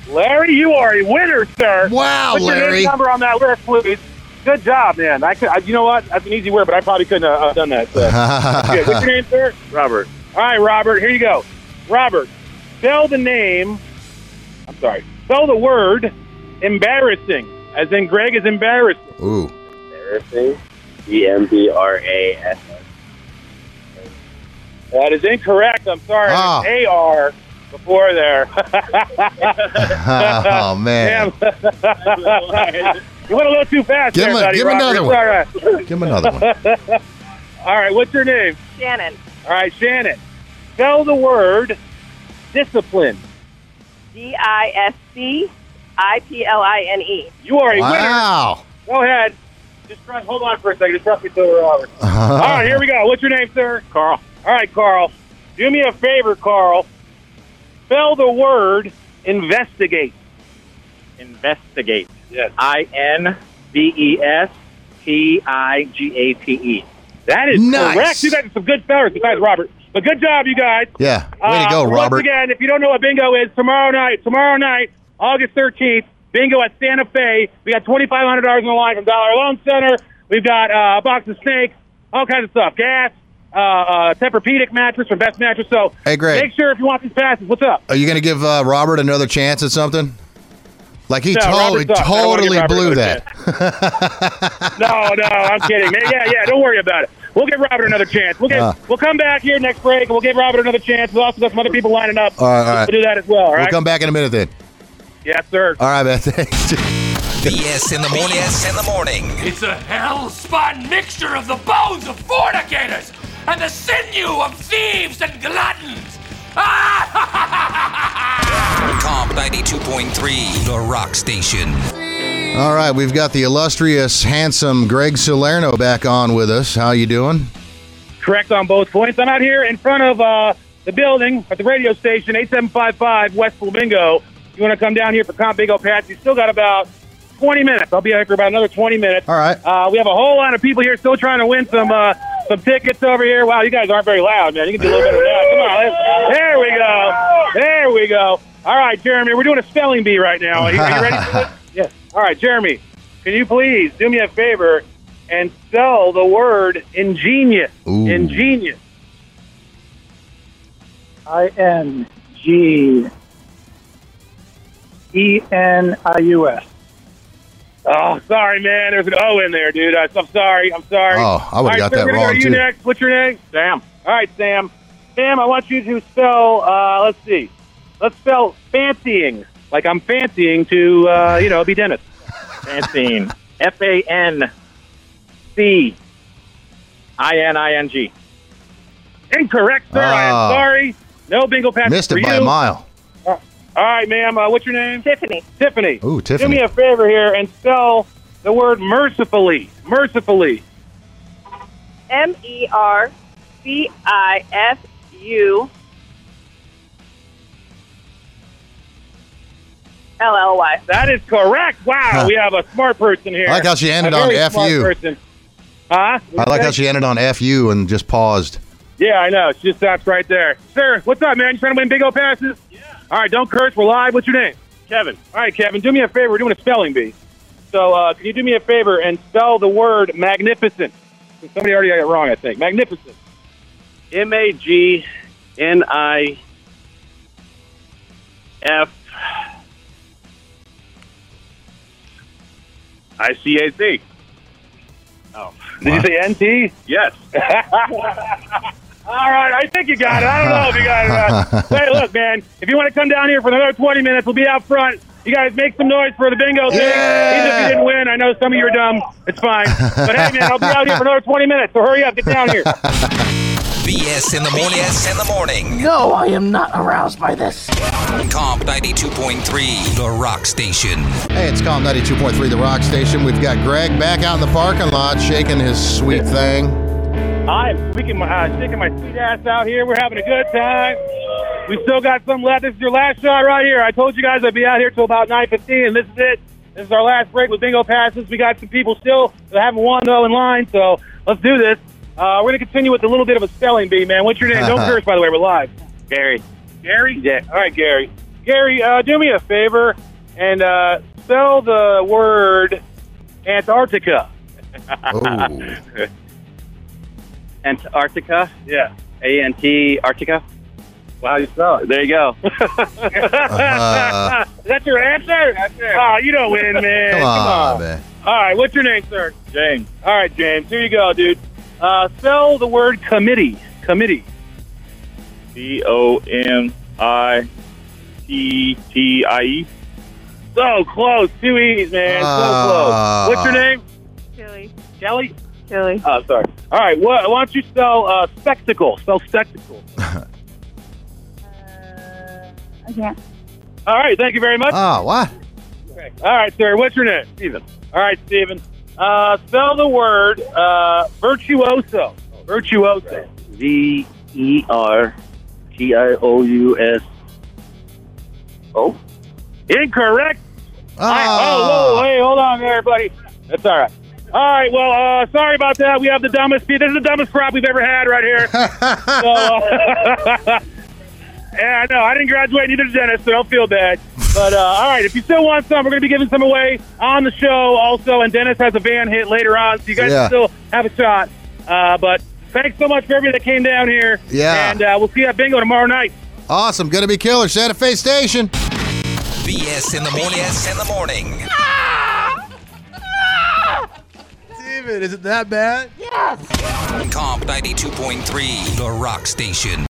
[SPEAKER 8] Larry, you are a winner, sir.
[SPEAKER 6] Wow,
[SPEAKER 8] Put your name
[SPEAKER 6] Larry.
[SPEAKER 8] number on that list, please. Good job, man. I could, I, you know what? That's an easy word, but I probably couldn't have uh, done that. So. Okay, what's your name, sir? Robert. All right, Robert. Here you go. Robert, spell the name. I'm sorry. Spell the word embarrassing, as in Greg is embarrassed.
[SPEAKER 6] Ooh.
[SPEAKER 9] Embarrassing. E M B R A S.
[SPEAKER 8] That is incorrect. I'm sorry.
[SPEAKER 6] Ah.
[SPEAKER 8] It's AR before there.
[SPEAKER 6] Oh, man.
[SPEAKER 8] Damn. you went a little too fast
[SPEAKER 6] Give
[SPEAKER 8] there,
[SPEAKER 6] him a-
[SPEAKER 8] buddy.
[SPEAKER 6] give him
[SPEAKER 8] Robert.
[SPEAKER 6] another
[SPEAKER 8] It's
[SPEAKER 6] one.
[SPEAKER 8] All right.
[SPEAKER 6] Give him another one.
[SPEAKER 8] All right, what's your name?
[SPEAKER 10] Shannon.
[SPEAKER 8] All right, Shannon. Spell the word discipline.
[SPEAKER 10] D I S C I P L I N E.
[SPEAKER 8] You are a
[SPEAKER 6] Wow.
[SPEAKER 8] winner. Go ahead. Just press, hold on for a second. Just press me till we're over. All right, here we go. What's your name, sir? Carl. All right, Carl. Do me a favor, Carl. Spell the word investigate.
[SPEAKER 15] Investigate.
[SPEAKER 8] Yes.
[SPEAKER 15] I N V E S T I G A T E.
[SPEAKER 8] That is
[SPEAKER 6] Nice.
[SPEAKER 8] correct. You guys are some good fellas besides Robert. But good job, you guys.
[SPEAKER 6] Yeah, way to
[SPEAKER 8] Uh,
[SPEAKER 6] go,
[SPEAKER 8] Once
[SPEAKER 6] Robert.
[SPEAKER 8] again, if you don't know what bingo is, tomorrow night, tomorrow night, August 13th, bingo at Santa Fe. We got $2,500 on the line from Dollar Loan Center. We've got uh, a box of snakes, all kinds of stuff, gas, uh, uh, Tempur-Pedic mattress from Best Mattress. So
[SPEAKER 6] Hey, Greg.
[SPEAKER 8] make sure if you want these passes, what's up?
[SPEAKER 6] Are you going to give uh, Robert another chance at something? Like he,
[SPEAKER 8] No,
[SPEAKER 6] to-
[SPEAKER 8] Robert's
[SPEAKER 6] he
[SPEAKER 8] up. I don't wanna give
[SPEAKER 6] totally
[SPEAKER 8] Robert
[SPEAKER 6] blew
[SPEAKER 8] another
[SPEAKER 6] that.
[SPEAKER 8] No, no, I'm kidding. Man, Yeah, yeah, don't worry about it. We'll give Robert another chance. We'll, get,
[SPEAKER 6] Uh.
[SPEAKER 8] we'll come back here next break, and we'll give Robert another chance. We'll also got some other people lining up.
[SPEAKER 6] All right, all right.
[SPEAKER 8] We'll do that as well, all
[SPEAKER 6] We'll
[SPEAKER 8] right?
[SPEAKER 6] come back in a minute then.
[SPEAKER 8] yes, sir.
[SPEAKER 6] All right, man. Thanks.
[SPEAKER 1] BS in the morning. BS in the morning.
[SPEAKER 16] It's a hell spun mixture of the bones of fornicators and the sinew of thieves and gluttons. Ah!
[SPEAKER 1] Comp 92.3, the rock station.
[SPEAKER 6] All right, we've got the illustrious, handsome Greg Salerno back on with us. How you doing?
[SPEAKER 8] Correct on both points. I'm out here in front of uh, the building at the radio station, 8755 West Flamingo. You want to come down here for Comp Bingo Pass? You still got about 20 minutes. I'll be out here for about another 20 minutes.
[SPEAKER 6] All right.
[SPEAKER 8] Uh, we have a whole lot of people here still trying to win some uh, some tickets over here. Wow, you guys aren't very loud, man. You can do a little better now. Come on. Let's, there we go. There we go. All right, Jeremy, we're doing a spelling bee right now. Are you, are you ready for this? Yes. All right, Jeremy, can you please do me a favor and spell the word ingenious?
[SPEAKER 6] Ooh.
[SPEAKER 8] Ingenious.
[SPEAKER 14] I N G E N I U S.
[SPEAKER 8] Oh, sorry, man. There's an O in there, dude. I- I'm sorry. I'm sorry.
[SPEAKER 6] Oh, I would've
[SPEAKER 8] All right,
[SPEAKER 6] got
[SPEAKER 8] sir,
[SPEAKER 6] that
[SPEAKER 8] we're gonna go
[SPEAKER 6] wrong,
[SPEAKER 8] to you
[SPEAKER 6] too.
[SPEAKER 8] next. What's your name? Sam. All right, Sam. Sam, I want you to spell. Uh, let's see. Let's spell fancying. Like I'm fancying to, uh, you know, be Dennis. Fancying.
[SPEAKER 15] F A N C I N I N G.
[SPEAKER 8] Incorrect, sir. I
[SPEAKER 6] Ah.
[SPEAKER 8] am sorry. No bingo pass.
[SPEAKER 6] Missed
[SPEAKER 8] for
[SPEAKER 6] it by
[SPEAKER 8] you. Uh,
[SPEAKER 6] a mile.
[SPEAKER 8] All right, ma'am. Uh, what's your name? Tiffany. Tiffany. Do
[SPEAKER 6] Ooh, Tiffany.
[SPEAKER 8] me a favor here and spell the word mercifully. Mercifully.
[SPEAKER 10] M E R C I F U L L Y.
[SPEAKER 8] That is correct. Wow,
[SPEAKER 6] Huh.
[SPEAKER 8] we have a smart person here.
[SPEAKER 6] I like how she ended
[SPEAKER 8] A
[SPEAKER 6] on
[SPEAKER 8] very smart
[SPEAKER 6] FU.
[SPEAKER 8] person. Huh?
[SPEAKER 6] I like how she ended on FU and just paused.
[SPEAKER 8] Yeah, I know. She just stops right there. Sir, what's up, man? You trying to win big O passes? Yeah. All right, don't curse. We're live. What's your name? Kevin. All right, Kevin, do me a favor. We're doing a spelling bee. So, uh, can you do me a favor and spell the word magnificent? Somebody already got it wrong, I think. Magnificent.
[SPEAKER 15] M A G N I F I C A C. Oh.
[SPEAKER 8] Did you say NT?
[SPEAKER 15] Yes.
[SPEAKER 8] All right, I think you got it. I don't know if you got it. or not. hey, look, man, if you want to come down here for another 20 minutes, we'll be out front. You guys make some noise for the bingo thing. Even if you didn't win, I know some of you are dumb. It's fine. But hey, man, I'll be out here for another 20 minutes, so hurry up. Get down here.
[SPEAKER 1] BS in the morning. BS in the morning.
[SPEAKER 17] No, I am not aroused by this.
[SPEAKER 1] Comp 92.3, The Rock Station.
[SPEAKER 6] Hey, it's Calm 92.3 The Rock Station. We've got Greg back out in the parking lot shaking his sweet thing.
[SPEAKER 8] I'm sticking my, uh, sticking my sweet ass out here. We're having a good time. We still got some left. This is your last shot right here. I told you guys I'd be out here till about 9.15, and this is it. This is our last break with bingo passes. We got some people still that haven't won, though, in line, so let's do this. Uh, we're going to continue with a little bit of a spelling bee, man. What's your name? Don't curse, by the way. We're live. Gary. Gary? Yeah. All right, Gary. Gary, uh, do me a favor and uh, spell the word Antarctica.
[SPEAKER 6] Oh.
[SPEAKER 15] Antarctica.
[SPEAKER 8] Yeah.
[SPEAKER 15] A N T Arctica.
[SPEAKER 8] Wow, you spell it.
[SPEAKER 15] There you go.
[SPEAKER 6] Uh,
[SPEAKER 8] Is that your answer? That's it. Oh, you don't win, man.
[SPEAKER 6] Uh-huh. come on, man.
[SPEAKER 8] All right, what's your name, sir? James. All right, James. Here you go, dude. Uh, spell the word committee. Committee.
[SPEAKER 18] C O M I T T I E.
[SPEAKER 8] So close. Two E's, man.
[SPEAKER 18] Ah.
[SPEAKER 8] so close. What's your name?
[SPEAKER 10] Chili.
[SPEAKER 8] Kelly?
[SPEAKER 10] Chili.
[SPEAKER 8] Oh, sorry. All right, wha- why don't you spell uh, spectacle? Spell spectacle.
[SPEAKER 10] I can't.
[SPEAKER 8] All right, thank you very much.
[SPEAKER 6] Oh, what?
[SPEAKER 8] All right, sir. What's your name? Steven. All right, Steven. Uh, spell the word uh, virtuoso. Virtuoso.
[SPEAKER 9] V E R T I O U S O.
[SPEAKER 8] Incorrect. I,
[SPEAKER 6] Ah.
[SPEAKER 8] oh, whoa, hey, hold on there, buddy. That's all right. All right, well, uh, sorry about that. We have the dumbest. pe- This is the dumbest crop we've ever had right here. so, uh, yeah, I know. I didn't graduate, neither did Dennis, so don't feel bad. But uh, all right, if you still want some, we're going to be giving some away on the show also. And Dennis has a van hit later on, so you guys
[SPEAKER 6] Yeah.
[SPEAKER 8] can still have a shot. Uh, but thanks so much for everybody that came down here.
[SPEAKER 6] Yeah.
[SPEAKER 8] And uh, we'll see you at bingo tomorrow night.
[SPEAKER 6] Awesome. Gonna be killer. Santa Fe Station.
[SPEAKER 1] BS in the morning. BS in the morning.
[SPEAKER 5] Steven, is it that bad?
[SPEAKER 1] Comp 92.3, The Rock Station.